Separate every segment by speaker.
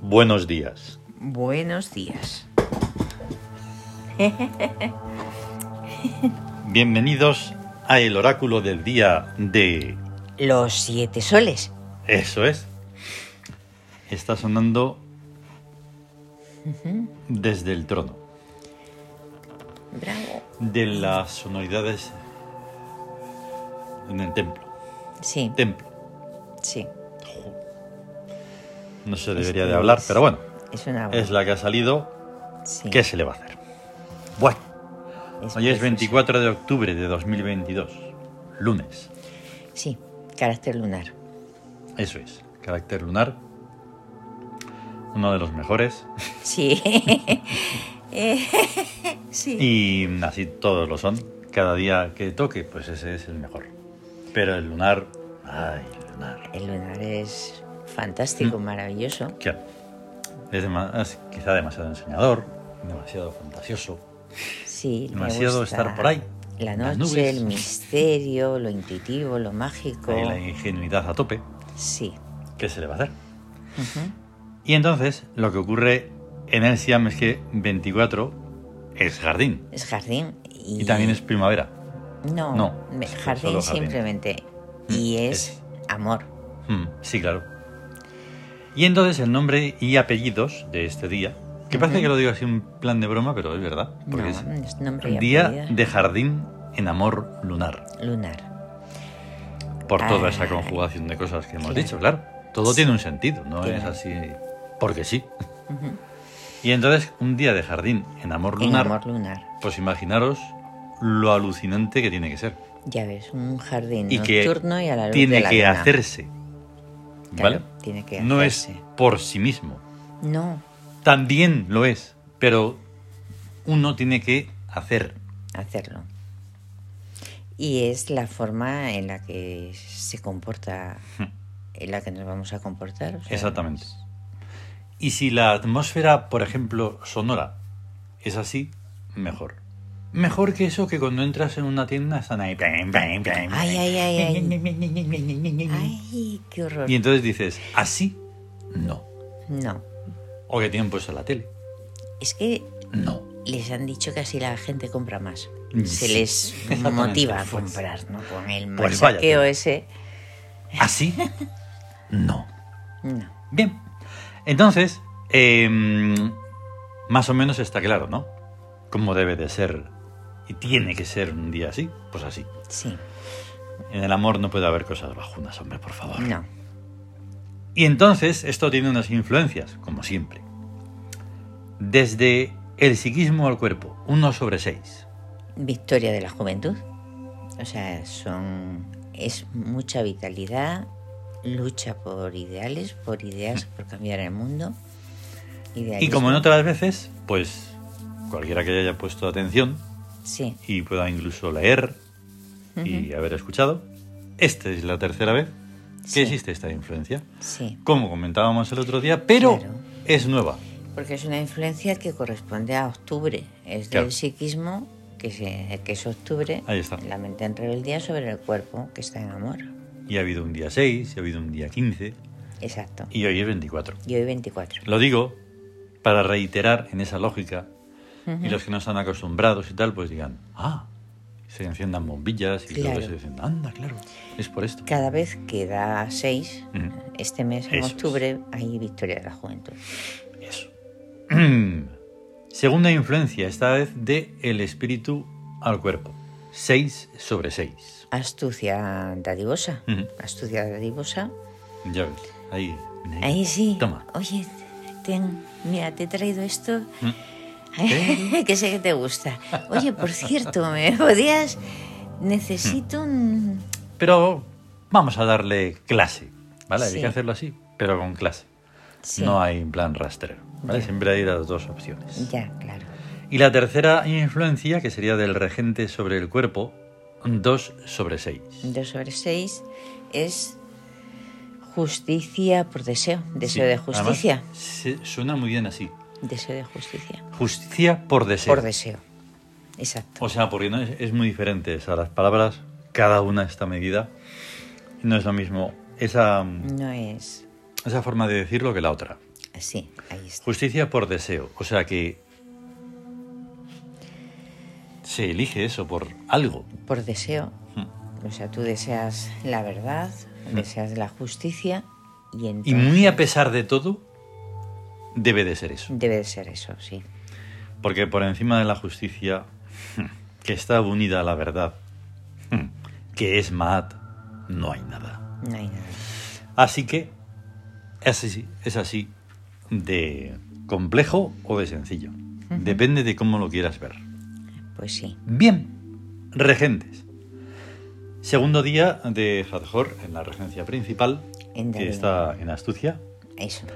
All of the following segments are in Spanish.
Speaker 1: Buenos días.
Speaker 2: Buenos días.
Speaker 1: Bienvenidos a el oráculo del día de...
Speaker 2: Los siete soles.
Speaker 1: Eso es. Está sonando desde el trono.
Speaker 2: Bravo.
Speaker 1: De las sonoridades en el templo.
Speaker 2: Sí,
Speaker 1: Templo.
Speaker 2: sí.
Speaker 1: Jo. No se debería de hablar, pero bueno.
Speaker 2: Es una
Speaker 1: Es la que ha salido.
Speaker 2: sí,
Speaker 1: ¿Qué se le va a hacer? Bueno,
Speaker 2: es
Speaker 1: hoy es
Speaker 2: precioso.
Speaker 1: 24 de octubre de 2022. Lunes.
Speaker 2: Sí, carácter lunar.
Speaker 1: Eso es. Carácter lunar. Uno de los mejores.
Speaker 2: Sí. Eh, sí.
Speaker 1: Y así todos lo son. Cada día que toque, pues ese es el mejor. Pero el lunar. Ay, el lunar.
Speaker 2: El lunar es fantástico,
Speaker 1: Mm.
Speaker 2: maravilloso.
Speaker 1: Que es, dema- es quizá demasiado enseñador, demasiado fantasioso.
Speaker 2: Sí, me
Speaker 1: Demasiado
Speaker 2: gusta
Speaker 1: estar por ahí.
Speaker 2: La
Speaker 1: Las
Speaker 2: noche,
Speaker 1: nubes.
Speaker 2: el misterio, lo intuitivo, lo mágico.
Speaker 1: Ahí la ingenuidad a tope.
Speaker 2: Sí.
Speaker 1: ¿Qué se le va a hacer?
Speaker 2: Ujú.
Speaker 1: Y entonces, lo que ocurre en el Siam es que 24 es jardín.
Speaker 2: Es jardín. Y,
Speaker 1: Y también es primavera.
Speaker 2: No,
Speaker 1: no,
Speaker 2: me-
Speaker 1: es
Speaker 2: jardín
Speaker 1: solo jardín.
Speaker 2: simplemente.
Speaker 1: Mm,
Speaker 2: Y
Speaker 1: es-
Speaker 2: es amor. Hmm.
Speaker 1: Mm, sí, claro. Y entonces el nombre y apellidos de este día, que parece que lo digo así en plan de broma, pero es verdad, porque
Speaker 2: No,
Speaker 1: es
Speaker 2: es nombre y
Speaker 1: Día
Speaker 2: apellido.
Speaker 1: de Jardín en Amor Lunar,
Speaker 2: Lunar.
Speaker 1: por toda
Speaker 2: Ah,
Speaker 1: esa conjugación de cosas que hemos
Speaker 2: claro.
Speaker 1: dicho, claro. Todo
Speaker 2: Sí.
Speaker 1: tiene un sentido, no
Speaker 2: Tiene.
Speaker 1: es así porque sí. Y entonces un día de jardín en amor
Speaker 2: En
Speaker 1: lunar,
Speaker 2: amor lunar.
Speaker 1: pues imaginaros lo alucinante que tiene que ser.
Speaker 2: Ya ves, un jardín
Speaker 1: Y que
Speaker 2: nocturno y a la luz
Speaker 1: tiene
Speaker 2: de la
Speaker 1: que
Speaker 2: luna.
Speaker 1: hacerse, ¿vale?
Speaker 2: Claro, tiene que
Speaker 1: No es
Speaker 2: hacerse.
Speaker 1: por sí mismo,
Speaker 2: No,
Speaker 1: También lo es, pero uno tiene que hacer.
Speaker 2: hacerlo. Y es la forma en la que se comporta, en la que nos vamos a comportar. o sea,
Speaker 1: Exactamente. Y si la atmósfera, por ejemplo, sonora es así, mejor. Mejor que eso que cuando entras en una tienda están ahí.
Speaker 2: Ay, ay, ay, ay. Ay, qué horror.
Speaker 1: Y entonces dices, así, no.
Speaker 2: No,
Speaker 1: O que tienen puesto la tele,
Speaker 2: es que
Speaker 1: no.
Speaker 2: les han dicho que así la gente compra más.
Speaker 1: Mm,
Speaker 2: Se
Speaker 1: sí.
Speaker 2: les
Speaker 1: Exactamente,
Speaker 2: motiva a
Speaker 1: pues.
Speaker 2: comprar, ¿no? Con el
Speaker 1: Pues vaya
Speaker 2: machaqueo
Speaker 1: tela.
Speaker 2: ese.
Speaker 1: Así, no.
Speaker 2: No.
Speaker 1: Bien. Entonces, eh, más o menos está claro, ¿no? Cómo debe de ser y tiene que ser un día así, pues así.
Speaker 2: Sí,
Speaker 1: En el amor no puede haber cosas bajunas, hombre, por favor.
Speaker 2: no.
Speaker 1: Y entonces, esto tiene unas influencias, como siempre. Desde el psiquismo al cuerpo, 1 sobre 6.
Speaker 2: Victoria de la juventud. O sea, son es mucha vitalidad, lucha por ideales, por ideas, por cambiar el mundo.
Speaker 1: Y
Speaker 2: idealismo.
Speaker 1: como en otras veces, pues cualquiera que haya puesto atención
Speaker 2: Sí,
Speaker 1: y pueda incluso leer y haber escuchado, esta es la tercera vez que
Speaker 2: Sí.
Speaker 1: existe esta influencia.
Speaker 2: sí.
Speaker 1: como comentábamos el otro día, pero
Speaker 2: Claro.
Speaker 1: es nueva.
Speaker 2: Porque es una influencia que corresponde a octubre. Es
Speaker 1: Claro.
Speaker 2: del psiquismo, que, se- que es octubre.
Speaker 1: Ahí está.
Speaker 2: La mente en rebeldía sobre el cuerpo, que está en amor.
Speaker 1: Y ha habido un día 6, y ha habido un día 15,
Speaker 2: Exacto.
Speaker 1: y hoy es 24.
Speaker 2: Y hoy 24.
Speaker 1: Lo digo para reiterar en esa lógica, y los que no están acostumbrados y tal, pues digan, ah, se enciendan bombillas y
Speaker 2: Claro.
Speaker 1: todo eso, y dicen, anda, claro, es por esto.
Speaker 2: Cada vez que da 6,
Speaker 1: Ujú.
Speaker 2: este mes en
Speaker 1: Eso es.
Speaker 2: octubre, hay Victoria de la Juventud.
Speaker 1: Eso. Segunda influencia, esta vez de el espíritu al cuerpo. 6 sobre 6.
Speaker 2: Astucia dadivosa.
Speaker 1: Ujú.
Speaker 2: Astucia dadivosa.
Speaker 1: Ya ves, ahí. mira,
Speaker 2: Ahí sí.
Speaker 1: Toma.
Speaker 2: Oye, ten, mira, te he traído esto
Speaker 1: Mm.
Speaker 2: que sé que te gusta. Oye, por cierto, ¿me podías? Necesito un...
Speaker 1: Pero vamos a darle clase, ¿vale? Hay
Speaker 2: Sí.
Speaker 1: que hacerlo así, pero con clase.
Speaker 2: Sí.
Speaker 1: No hay en plan rastrero, ¿vale?
Speaker 2: Ya.
Speaker 1: Siempre hay las dos opciones.
Speaker 2: Ya, claro.
Speaker 1: Y la tercera influencia, que sería del regente sobre el cuerpo, 2 sobre 6.
Speaker 2: Dos sobre seis es justicia por deseo. Deseo de justicia.
Speaker 1: suena muy bien así.
Speaker 2: Deseo de justicia.
Speaker 1: Justicia por deseo.
Speaker 2: Por deseo. Exacto.
Speaker 1: o sea, porque no es, es muy diferente a las palabras, cada una está medida. No es lo mismo esa,
Speaker 2: No es...
Speaker 1: esa forma de decirlo que la otra.
Speaker 2: sí, ahí está.
Speaker 1: Justicia por deseo. O sea que se elige eso por algo.
Speaker 2: Por deseo.
Speaker 1: Hmm.
Speaker 2: O sea, tú deseas la verdad, deseas la justicia y
Speaker 1: Y
Speaker 2: entonces
Speaker 1: muy a pesar de todo, debe de ser eso.
Speaker 2: debe de ser eso, sí.
Speaker 1: Porque por encima de la justicia, que está unida a la verdad, que es Maat, no hay nada.
Speaker 2: No hay nada.
Speaker 1: Así que es así, es así de complejo o de sencillo. Depende de cómo lo quieras ver.
Speaker 2: Pues sí.
Speaker 1: Bien, regentes. Segundo día de Hadjor en la regencia principal,
Speaker 2: En
Speaker 1: que
Speaker 2: David.
Speaker 1: está en Astucia,
Speaker 2: Eso.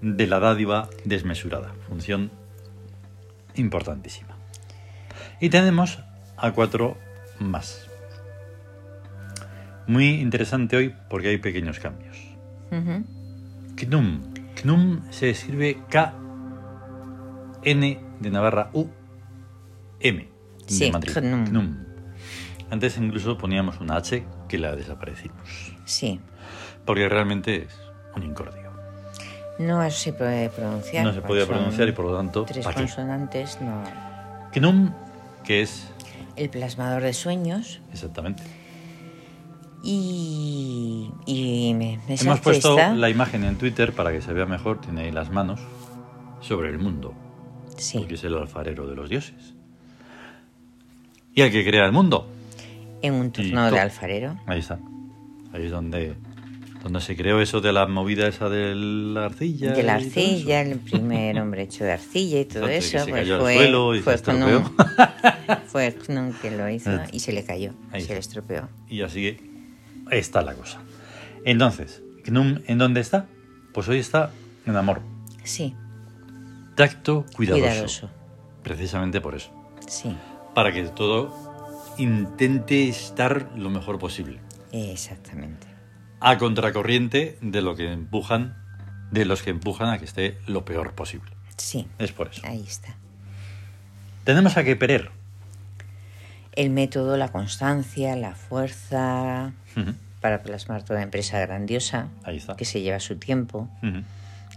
Speaker 1: de la dádiva desmesurada, función importantísima. Y tenemos a cuatro más. Muy interesante hoy porque hay pequeños cambios.
Speaker 2: Ujú.
Speaker 1: Knum. Knum se escribe K N de Navarra U M de
Speaker 2: Sí,
Speaker 1: Madrid.
Speaker 2: Knum.
Speaker 1: Knum. Antes incluso poníamos una H que la desaparecimos.
Speaker 2: Sí.
Speaker 1: Porque realmente es un incordio.
Speaker 2: No se puede pronunciar.
Speaker 1: No se
Speaker 2: porque
Speaker 1: podía
Speaker 2: son
Speaker 1: pronunciar y por lo tanto.
Speaker 2: Tres
Speaker 1: ¿pa' qué?
Speaker 2: consonantes, no.
Speaker 1: Knum, que es
Speaker 2: El plasmador de sueños
Speaker 1: exactamente.
Speaker 2: y. Y me, me
Speaker 1: Hemos
Speaker 2: salté
Speaker 1: puesto
Speaker 2: esta.
Speaker 1: la imagen en Twitter para que se vea mejor. Tiene ahí las manos sobre el mundo.
Speaker 2: Sí.
Speaker 1: Porque es el alfarero de los dioses. Y el que crea el mundo.
Speaker 2: En un turno
Speaker 1: to-
Speaker 2: de alfarero.
Speaker 1: Ahí está. Ahí es donde, donde se creó eso de la movida esa de la arcilla.
Speaker 2: De la
Speaker 1: y todo
Speaker 2: arcilla,
Speaker 1: eso.
Speaker 2: el primer hombre hecho de arcilla y todo
Speaker 1: Antes de que
Speaker 2: eso,
Speaker 1: se
Speaker 2: pues
Speaker 1: cayó al
Speaker 2: fue,
Speaker 1: suelo y se
Speaker 2: fue con
Speaker 1: estropeó.
Speaker 2: un, fue con un que lo hizo
Speaker 1: Ah.
Speaker 2: y se le cayó,
Speaker 1: Ahí está.
Speaker 2: se le estropeó.
Speaker 1: Y así está la cosa. Entonces, Gnum, ¿en dónde está? Pues hoy está en amor.
Speaker 2: Sí,
Speaker 1: Tacto cuidadoso.
Speaker 2: cuidadoso,
Speaker 1: Precisamente por eso.
Speaker 2: sí,
Speaker 1: Para que todo intente estar lo mejor posible.
Speaker 2: exactamente.
Speaker 1: A contracorriente de lo que empujan, de los que empujan a que esté lo peor posible.
Speaker 2: Sí,
Speaker 1: Es por eso.
Speaker 2: ahí está.
Speaker 1: Tenemos a que perer.
Speaker 2: El método, la constancia, la fuerza para plasmar toda empresa grandiosa
Speaker 1: Ahí está.
Speaker 2: que se lleva su tiempo.
Speaker 1: Ujú.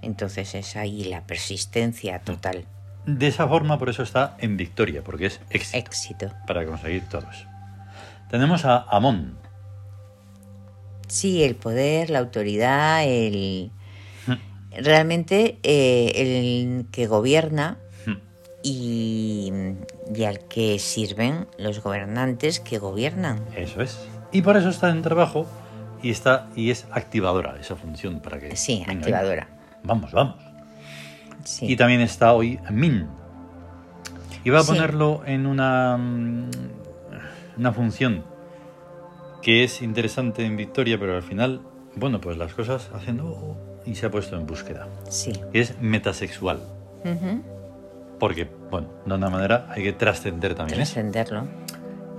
Speaker 2: Entonces es ahí la persistencia total,
Speaker 1: De esa forma, por eso está en victoria, porque es éxito
Speaker 2: éxito.
Speaker 1: para conseguir todos. Tenemos a Amón.
Speaker 2: Sí, el poder, la autoridad, el... Realmente eh, el que gobierna
Speaker 1: Hmm,
Speaker 2: y, y al que sirven los gobernantes que gobiernan.
Speaker 1: Eso es. Y por eso está en trabajo y, está, y es activadora esa función para que.
Speaker 2: Sí,
Speaker 1: venga,
Speaker 2: activadora.
Speaker 1: venga. Vamos, vamos.
Speaker 2: Sí.
Speaker 1: Y también está hoy Min. Iba a
Speaker 2: Sí.
Speaker 1: ponerlo en una, mm, una función que es interesante en Victoria, pero al final, bueno, pues las cosas hacen oh, y se ha puesto en búsqueda.
Speaker 2: Sí.
Speaker 1: Es metasexual.
Speaker 2: Ujú.
Speaker 1: Porque, bueno, de una manera hay que trascender también eso.
Speaker 2: Trascenderlo.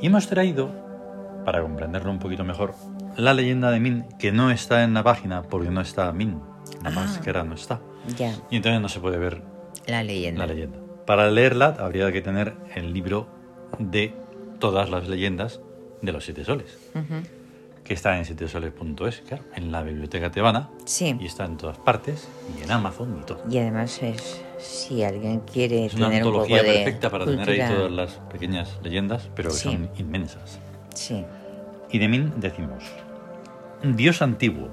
Speaker 1: Y hemos traído, para comprenderlo un poquito mejor, la leyenda de Min, que no está en la página porque no está Min. La
Speaker 2: Ah.
Speaker 1: máscara no está.
Speaker 2: Ya,
Speaker 1: Y entonces no se puede ver
Speaker 2: la leyenda.
Speaker 1: la leyenda. Para leerla habría que tener el libro de todas las leyendas de los siete soles,
Speaker 2: Ujú.
Speaker 1: que está en sietesoles.es, claro, en la biblioteca tebana,
Speaker 2: Sí.
Speaker 1: y está en todas partes, y en Amazon y todo.
Speaker 2: Y además es, si alguien quiere
Speaker 1: Es una
Speaker 2: tener un poco
Speaker 1: antología
Speaker 2: de
Speaker 1: perfecta para tener ahí
Speaker 2: cultura-
Speaker 1: todas las pequeñas leyendas, pero que
Speaker 2: Sí.
Speaker 1: son inmensas.
Speaker 2: Sí,
Speaker 1: Y de Min decimos, Dios antiguo,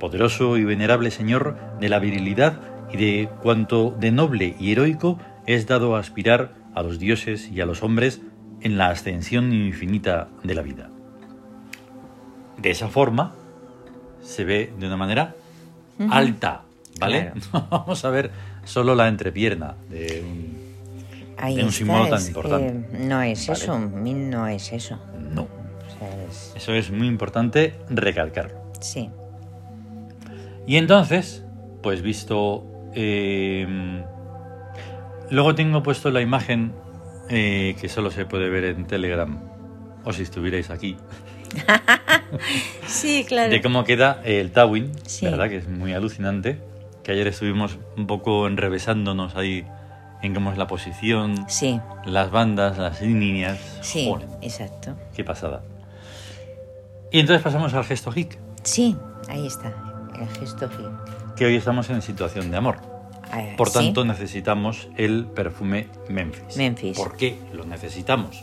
Speaker 1: poderoso y venerable Señor de la virilidad y de cuanto de noble y heroico es dado a aspirar a los dioses y a los hombres en la ascensión infinita de la vida. De esa forma se ve de una manera alta, ¿vale?
Speaker 2: Claro.
Speaker 1: No vamos a ver solo la entrepierna de un...
Speaker 2: ahí
Speaker 1: De un
Speaker 2: está,
Speaker 1: símbolo tan
Speaker 2: es que
Speaker 1: importante.
Speaker 2: No es
Speaker 1: Vale.
Speaker 2: eso, Min no es eso.
Speaker 1: No,
Speaker 2: O sea, es-
Speaker 1: eso es muy importante recalcarlo.
Speaker 2: Sí,
Speaker 1: Y entonces, pues visto... eh, luego tengo puesto la imagen eh, que solo se puede ver en Telegram, o si estuvierais aquí,
Speaker 2: sí claro.
Speaker 1: de cómo queda el Tawin,
Speaker 2: Sí.
Speaker 1: ¿verdad? Que es muy alucinante, que ayer estuvimos un poco enrevesándonos ahí en cómo es la posición,
Speaker 2: Sí,
Speaker 1: las bandas, las líneas.
Speaker 2: sí,
Speaker 1: Joder,
Speaker 2: exacto.
Speaker 1: ¡Qué pasada! Y entonces pasamos al gesto hic,
Speaker 2: Sí, ahí está, el gesto G.
Speaker 1: que hoy estamos en situación de amor.
Speaker 2: Ah,
Speaker 1: Por
Speaker 2: sí.
Speaker 1: tanto, necesitamos el perfume Memphis.
Speaker 2: Memphis.
Speaker 1: ¿Por qué lo necesitamos?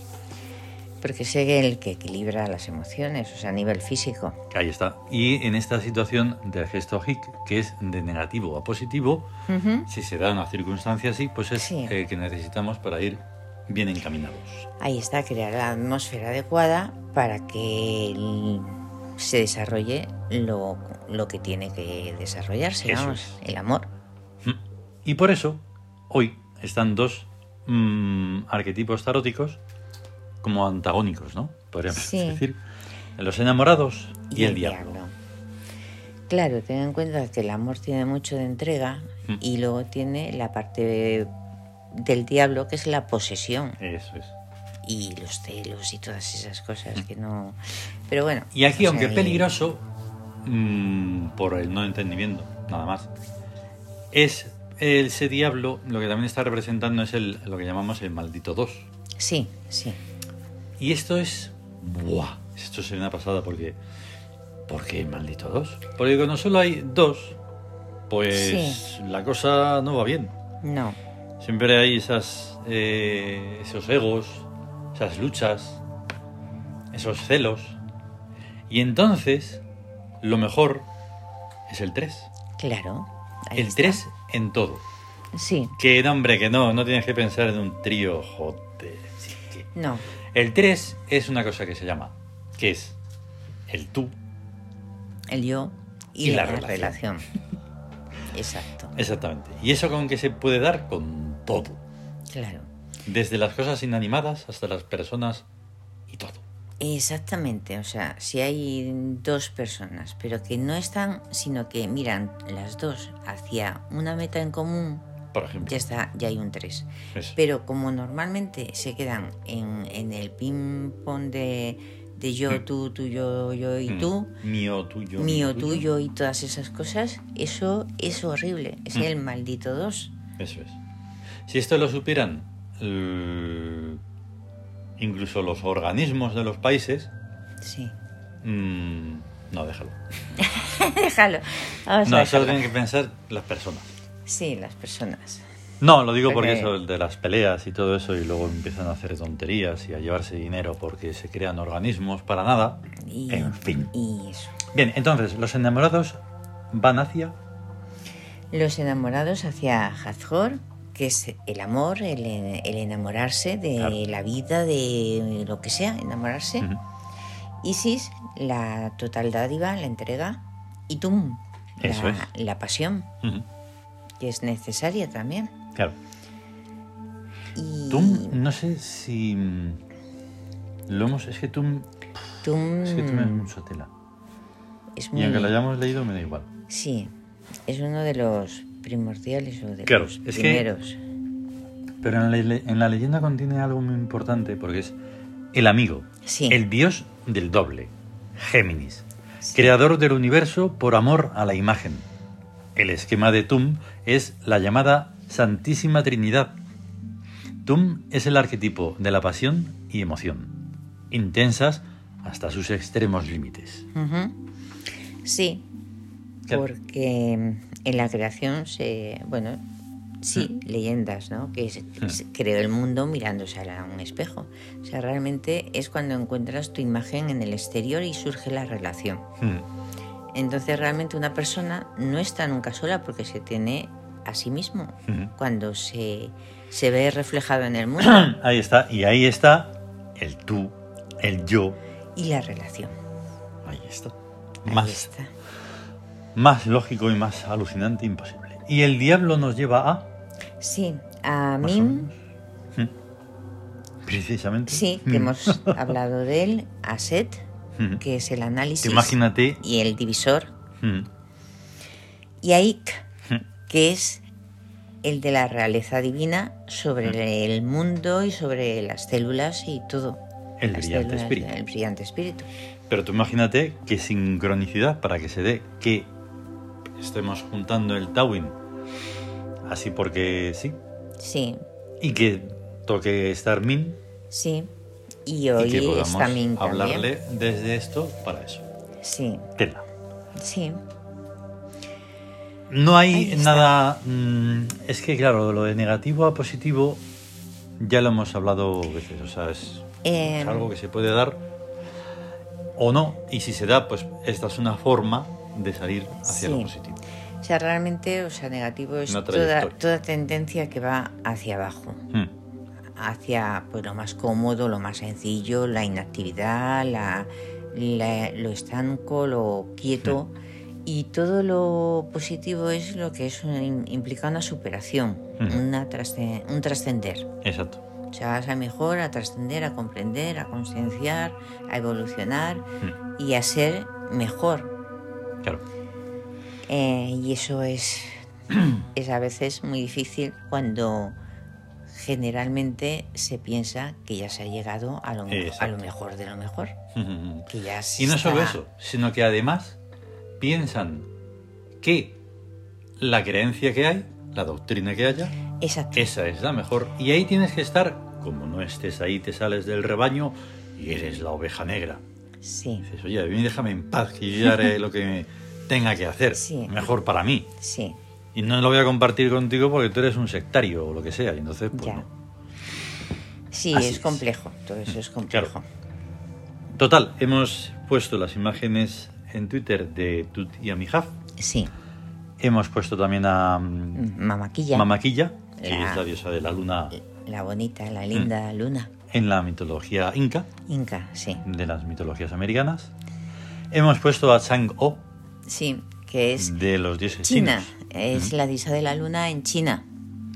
Speaker 2: Porque es el que equilibra las emociones, o sea, a nivel físico.
Speaker 1: Ahí está. Y en esta situación del gesto hic, que es de negativo a positivo,
Speaker 2: Ujú.
Speaker 1: si se da una circunstancia así, pues es
Speaker 2: Sí.
Speaker 1: el que necesitamos para ir bien encaminados.
Speaker 2: Ahí está, crear la atmósfera adecuada para que el- se desarrolle lo, lo que tiene que desarrollarse,
Speaker 1: Eso
Speaker 2: vamos,
Speaker 1: es.
Speaker 2: el amor.
Speaker 1: Y por eso, hoy están dos mm, arquetipos taróticos como antagónicos, ¿no? Podríamos
Speaker 2: Sí.
Speaker 1: decir. Los enamorados y, el, diablo.
Speaker 2: Claro, ten en cuenta que el amor tiene mucho de entrega
Speaker 1: Mm.
Speaker 2: y luego tiene la parte del diablo que es la posesión
Speaker 1: Eso es.
Speaker 2: y los celos y todas esas cosas que no... Pero bueno.
Speaker 1: Y aquí,
Speaker 2: o sea,
Speaker 1: aunque
Speaker 2: el-
Speaker 1: peligroso, mm, por el no entendimiento, nada más, es ese diablo, lo que también está representando es el, lo que llamamos el maldito 2.
Speaker 2: Sí, sí.
Speaker 1: Y esto es. ¡Buah! Esto sería una pasada porque. ¿Por qué el maldito 2? Porque cuando solo hay dos, pues la cosa no va bien.
Speaker 2: No.
Speaker 1: Siempre hay esas, eh, esos egos, esas luchas, esos celos. Y entonces, lo mejor es el 3.
Speaker 2: Claro. ahí
Speaker 1: El
Speaker 2: está.
Speaker 1: 3 en todo.
Speaker 2: Sí.
Speaker 1: Que no, hombre, que no, no tienes que pensar en un trío, joder. sí que-
Speaker 2: No.
Speaker 1: El 3 es una cosa que se llama, que es el tú.
Speaker 2: El yo
Speaker 1: Y
Speaker 2: y, la,
Speaker 1: la relación.
Speaker 2: relación. Exacto.
Speaker 1: Exactamente. ¿Y eso con qué se puede dar? Con todo.
Speaker 2: Claro.
Speaker 1: Desde las cosas inanimadas hasta las personas y todo.
Speaker 2: Exactamente, o sea, si hay dos personas, pero que no están, sino que miran las dos hacia una meta en común,
Speaker 1: Por ejemplo.
Speaker 2: ya está, ya hay un tres.
Speaker 1: Eso.
Speaker 2: Pero como normalmente se quedan en, en el ping-pong de, de yo,
Speaker 1: Mm.
Speaker 2: tú, tú, yo, yo y
Speaker 1: Mm.
Speaker 2: tú,
Speaker 1: Mío, tuyo.
Speaker 2: mío, tuyo y todas esas cosas, eso es horrible, es
Speaker 1: Mm.
Speaker 2: el maldito dos.
Speaker 1: Eso es. Si esto lo supieran eh, incluso los organismos de los países,
Speaker 2: Sí,
Speaker 1: mm, no, déjalo.
Speaker 2: déjalo. Vamos
Speaker 1: No,
Speaker 2: a
Speaker 1: eso lo
Speaker 2: dejarlo.
Speaker 1: tienen que pensar las personas.
Speaker 2: Sí, las personas.
Speaker 1: No, lo digo
Speaker 2: Porque-
Speaker 1: porque eso de las peleas y todo eso, y luego empiezan a hacer tonterías y a llevarse dinero porque se crean organismos para nada.
Speaker 2: Y,
Speaker 1: En fin.
Speaker 2: Y eso.
Speaker 1: Bien, entonces, los enamorados van hacia.
Speaker 2: Los enamorados hacia Hathor, que es el amor, el, el enamorarse de
Speaker 1: Claro.
Speaker 2: la vida, de lo que sea, enamorarse.
Speaker 1: Ujú.
Speaker 2: Isis, la total dádiva, la entrega. Y Tum, la,
Speaker 1: Eso es.
Speaker 2: la pasión,
Speaker 1: Ujú.
Speaker 2: que es necesaria también.
Speaker 1: Claro.
Speaker 2: Y
Speaker 1: Tum, no sé si. mm, Lo hemos. Es que Tum.
Speaker 2: Tum
Speaker 1: Es que Tum es mucho tela.
Speaker 2: es
Speaker 1: Y
Speaker 2: muy...
Speaker 1: aunque lo hayamos leído, me da igual.
Speaker 2: Sí, es uno de los primordiales o de
Speaker 1: Claro,
Speaker 2: los
Speaker 1: es que-
Speaker 2: primeros.
Speaker 1: Pero en la, le- en la leyenda contiene algo muy importante porque es el amigo,
Speaker 2: Sí.
Speaker 1: el dios del doble, Géminis,
Speaker 2: Sí.
Speaker 1: creador del universo por amor a la imagen. El esquema de Tum es la llamada Santísima Trinidad. Tum es el arquetipo de la pasión y emoción, intensas hasta sus extremos límites.
Speaker 2: Ujú. Sí,
Speaker 1: Claro.
Speaker 2: porque mm, en la creación se. Bueno, sí,
Speaker 1: Hmm.
Speaker 2: leyendas, ¿no? Que se, se creó el mundo mirándose a la- un espejo. O sea, realmente es cuando encuentras tu imagen en el exterior y surge la relación.
Speaker 1: Mm,
Speaker 2: Entonces, realmente una persona no está nunca sola porque se tiene a sí mismo
Speaker 1: Ujú.
Speaker 2: cuando se, se ve reflejado en el mundo
Speaker 1: Ahí está, y ahí está el tú, el yo.
Speaker 2: y la relación.
Speaker 1: Ahí está.
Speaker 2: Ahí
Speaker 1: Más
Speaker 2: está.
Speaker 1: más lógico y más alucinante imposible. Y el diablo nos lleva a...
Speaker 2: Sí, a
Speaker 1: más o
Speaker 2: mí.
Speaker 1: menos. Precisamente.
Speaker 2: Sí, que hemos hablado de él, ASET,
Speaker 1: Ujú.
Speaker 2: que es el análisis
Speaker 1: Imagínate...
Speaker 2: y el divisor,
Speaker 1: Mm.
Speaker 2: y AIC, que es el de la realeza divina
Speaker 1: Mm.
Speaker 2: sobre el mundo y sobre las células y todo.
Speaker 1: El
Speaker 2: Las
Speaker 1: brillante espíritu.
Speaker 2: El brillante espíritu.
Speaker 1: Pero tú imagínate qué sincronicidad para que se dé que estemos juntando el Tawin así porque sí
Speaker 2: Sí,
Speaker 1: y que toque estar Min
Speaker 2: sí. Y
Speaker 1: y
Speaker 2: hoy
Speaker 1: que podamos
Speaker 2: está Ming
Speaker 1: hablarle
Speaker 2: también.
Speaker 1: desde esto para eso.
Speaker 2: Sí,
Speaker 1: Tela.
Speaker 2: sí.
Speaker 1: No hay nada... mm, es que claro, lo de negativo a positivo ya lo hemos hablado veces. O sea, es,
Speaker 2: Eh,
Speaker 1: es algo que se puede dar o no. Y si se da, pues esta es una forma de salir hacia lo
Speaker 2: Sí.
Speaker 1: positivo.
Speaker 2: Em, O sea, realmente, o sea, negativo es
Speaker 1: Una
Speaker 2: toda,
Speaker 1: trayectoria.
Speaker 2: toda tendencia que va hacia abajo,
Speaker 1: Mm,
Speaker 2: hacia pues lo más cómodo, lo más sencillo, la inactividad, la, la- lo estanco, lo quieto. Y todo lo positivo es lo que es una- implica una superación,
Speaker 1: Ujú.
Speaker 2: una trasce- un trascender.
Speaker 1: Exacto.
Speaker 2: O sea, vas a mejor, a trascender, a comprender, a concienciar, a evolucionar
Speaker 1: Mm.
Speaker 2: y a ser mejor.
Speaker 1: Claro.
Speaker 2: Eh, y eso es, es a veces muy difícil cuando generalmente se piensa que ya se ha llegado a lo, mejo- a
Speaker 1: Exacto.
Speaker 2: lo mejor de lo mejor. Que ya se
Speaker 1: Y no solo
Speaker 2: está-
Speaker 1: eso, sino que además piensan que la creencia que hay, la doctrina que haya,
Speaker 2: Exacto.
Speaker 1: esa es la mejor. Y ahí tienes que estar. Como no estés ahí, te sales del rebaño y eres la oveja negra.
Speaker 2: Sí,
Speaker 1: Dices, oye, a mí déjame en paz, que yo ya haré lo que tenga que hacer.
Speaker 2: Sí.
Speaker 1: Mejor para mí.
Speaker 2: sí.
Speaker 1: Y no lo voy a compartir contigo porque tú eres un sectario o lo que sea. Y entonces, pues
Speaker 2: Ya.
Speaker 1: no.
Speaker 2: Sí,
Speaker 1: Así
Speaker 2: es
Speaker 1: es.
Speaker 2: complejo. Todo eso es
Speaker 1: Claro.
Speaker 2: complejo.
Speaker 1: Total, hemos puesto las imágenes en Twitter de Tut y Amijaf.
Speaker 2: Sí.
Speaker 1: Hemos puesto también a mm,
Speaker 2: Mamaquilla.
Speaker 1: Mamaquilla, que
Speaker 2: La-
Speaker 1: es la diosa de la luna
Speaker 2: La bonita, la linda
Speaker 1: Mm.
Speaker 2: luna.
Speaker 1: en la mitología inca,
Speaker 2: Inca, sí.
Speaker 1: de las mitologías americanas. Hemos puesto a Chang-O,
Speaker 2: Sí, que es
Speaker 1: de los dioses
Speaker 2: China.
Speaker 1: Mm. chinos. Mm.
Speaker 2: Es la diosa de la luna en China.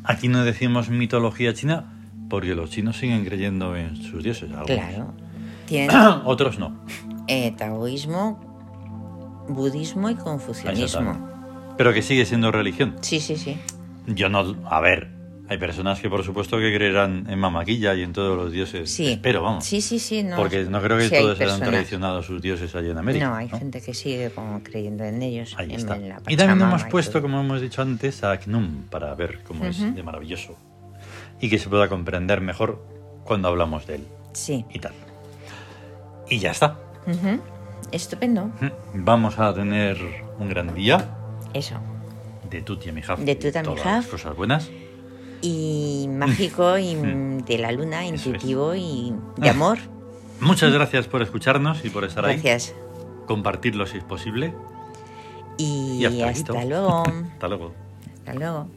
Speaker 1: Aquí no decimos mitología china porque los chinos siguen creyendo en sus dioses. algunos.
Speaker 2: Claro. Tienen
Speaker 1: Otros no.
Speaker 2: eh, taoísmo, budismo y confucianismo.
Speaker 1: Pero que sigue siendo religión.
Speaker 2: Sí, sí, sí.
Speaker 1: Yo no... A ver, hay personas que por supuesto que creerán en Mamaquilla y en todos los dioses.
Speaker 2: Sí.
Speaker 1: Espero, vamos.
Speaker 2: Sí, sí, sí. No,
Speaker 1: Porque no creo que
Speaker 2: sí hay
Speaker 1: todos hayan
Speaker 2: personas.
Speaker 1: traicionado a sus dioses allá en América.
Speaker 2: No, hay gente que sigue como creyendo en ellos.
Speaker 1: Ahí
Speaker 2: en-
Speaker 1: está.
Speaker 2: en la
Speaker 1: y también
Speaker 2: Pachamama
Speaker 1: hemos
Speaker 2: y
Speaker 1: puesto,
Speaker 2: todo.
Speaker 1: como hemos dicho antes, a Knum para ver cómo
Speaker 2: Ujú.
Speaker 1: es de maravilloso y que se pueda comprender mejor cuando hablamos de él
Speaker 2: Sí.
Speaker 1: y tal. Y ya está.
Speaker 2: Ujú. Estupendo.
Speaker 1: Vamos a tener un gran día
Speaker 2: Eso.
Speaker 1: de Tuti Amijaf.
Speaker 2: De e Tut y
Speaker 1: Todas
Speaker 2: Amijaf.
Speaker 1: las cosas buenas.
Speaker 2: Y mágico y mm, de la luna,
Speaker 1: es. Ah,
Speaker 2: intuitivo y de amor.
Speaker 1: Muchas gracias por escucharnos y por estar
Speaker 2: Gracias.
Speaker 1: ahí. Compartirlo si es posible.
Speaker 2: Y,
Speaker 1: Y hasta, aquí todo.
Speaker 2: hasta luego.
Speaker 1: hasta luego.
Speaker 2: Hasta luego.